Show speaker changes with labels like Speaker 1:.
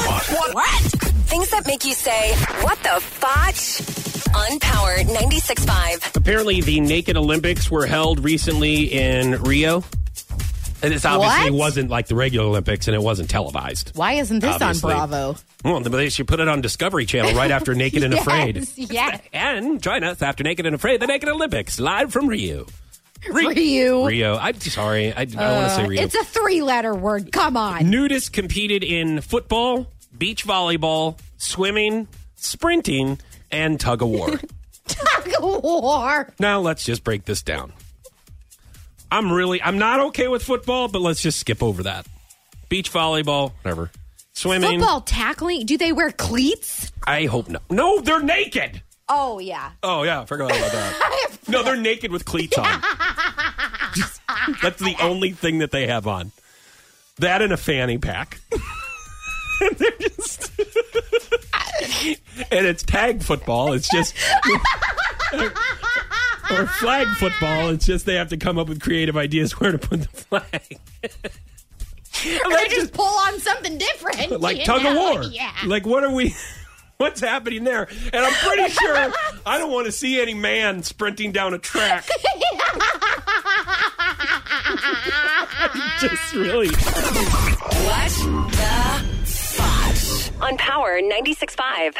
Speaker 1: What?
Speaker 2: Things that make you say, what the fotch? On Power 96.5.
Speaker 3: Apparently, the Naked Olympics were held recently in Rio. And this obviously
Speaker 4: What?
Speaker 3: wasn't like the regular Olympics and it wasn't televised.
Speaker 4: Why isn't this
Speaker 3: Obviously.
Speaker 4: on Bravo?
Speaker 3: Well, they should put it on Discovery Channel right after Naked and Afraid.
Speaker 4: Yes, yes.
Speaker 3: And join us after Naked and Afraid, the Naked Olympics, live from Rio. Ri-
Speaker 4: Rio. Uh,
Speaker 3: Rio. I'm sorry. I, I want to say Rio.
Speaker 4: It's a three-letter word. Come on.
Speaker 3: Nudists competed in football, beach volleyball, swimming, sprinting, and tug of war.
Speaker 4: Tug of war.
Speaker 3: now let's just break this down. I'm really I'm not okay with football, but let's just skip over that. Beach volleyball, whatever. Swimming.
Speaker 4: Football tackling. Do they wear cleats?
Speaker 3: I hope no. No, they're naked.
Speaker 4: Oh yeah.
Speaker 3: Oh yeah, I forgot about that. no, they're naked with cleats on. That's the only thing that they have on. That and a fanny pack. And they're just- and it's tag football. It's just or, or flag football. It's just they have to come up with creative ideas where to put the flag. And
Speaker 4: They
Speaker 3: they
Speaker 4: just pull on something different.
Speaker 3: like
Speaker 4: you
Speaker 3: tug of
Speaker 4: know?
Speaker 3: war.
Speaker 4: Yeah.
Speaker 3: Like what are we? What's happening there? And I'm pretty sure I don't want to see any man sprinting down a track. I just really.
Speaker 2: What the fotch? On Power 96.5.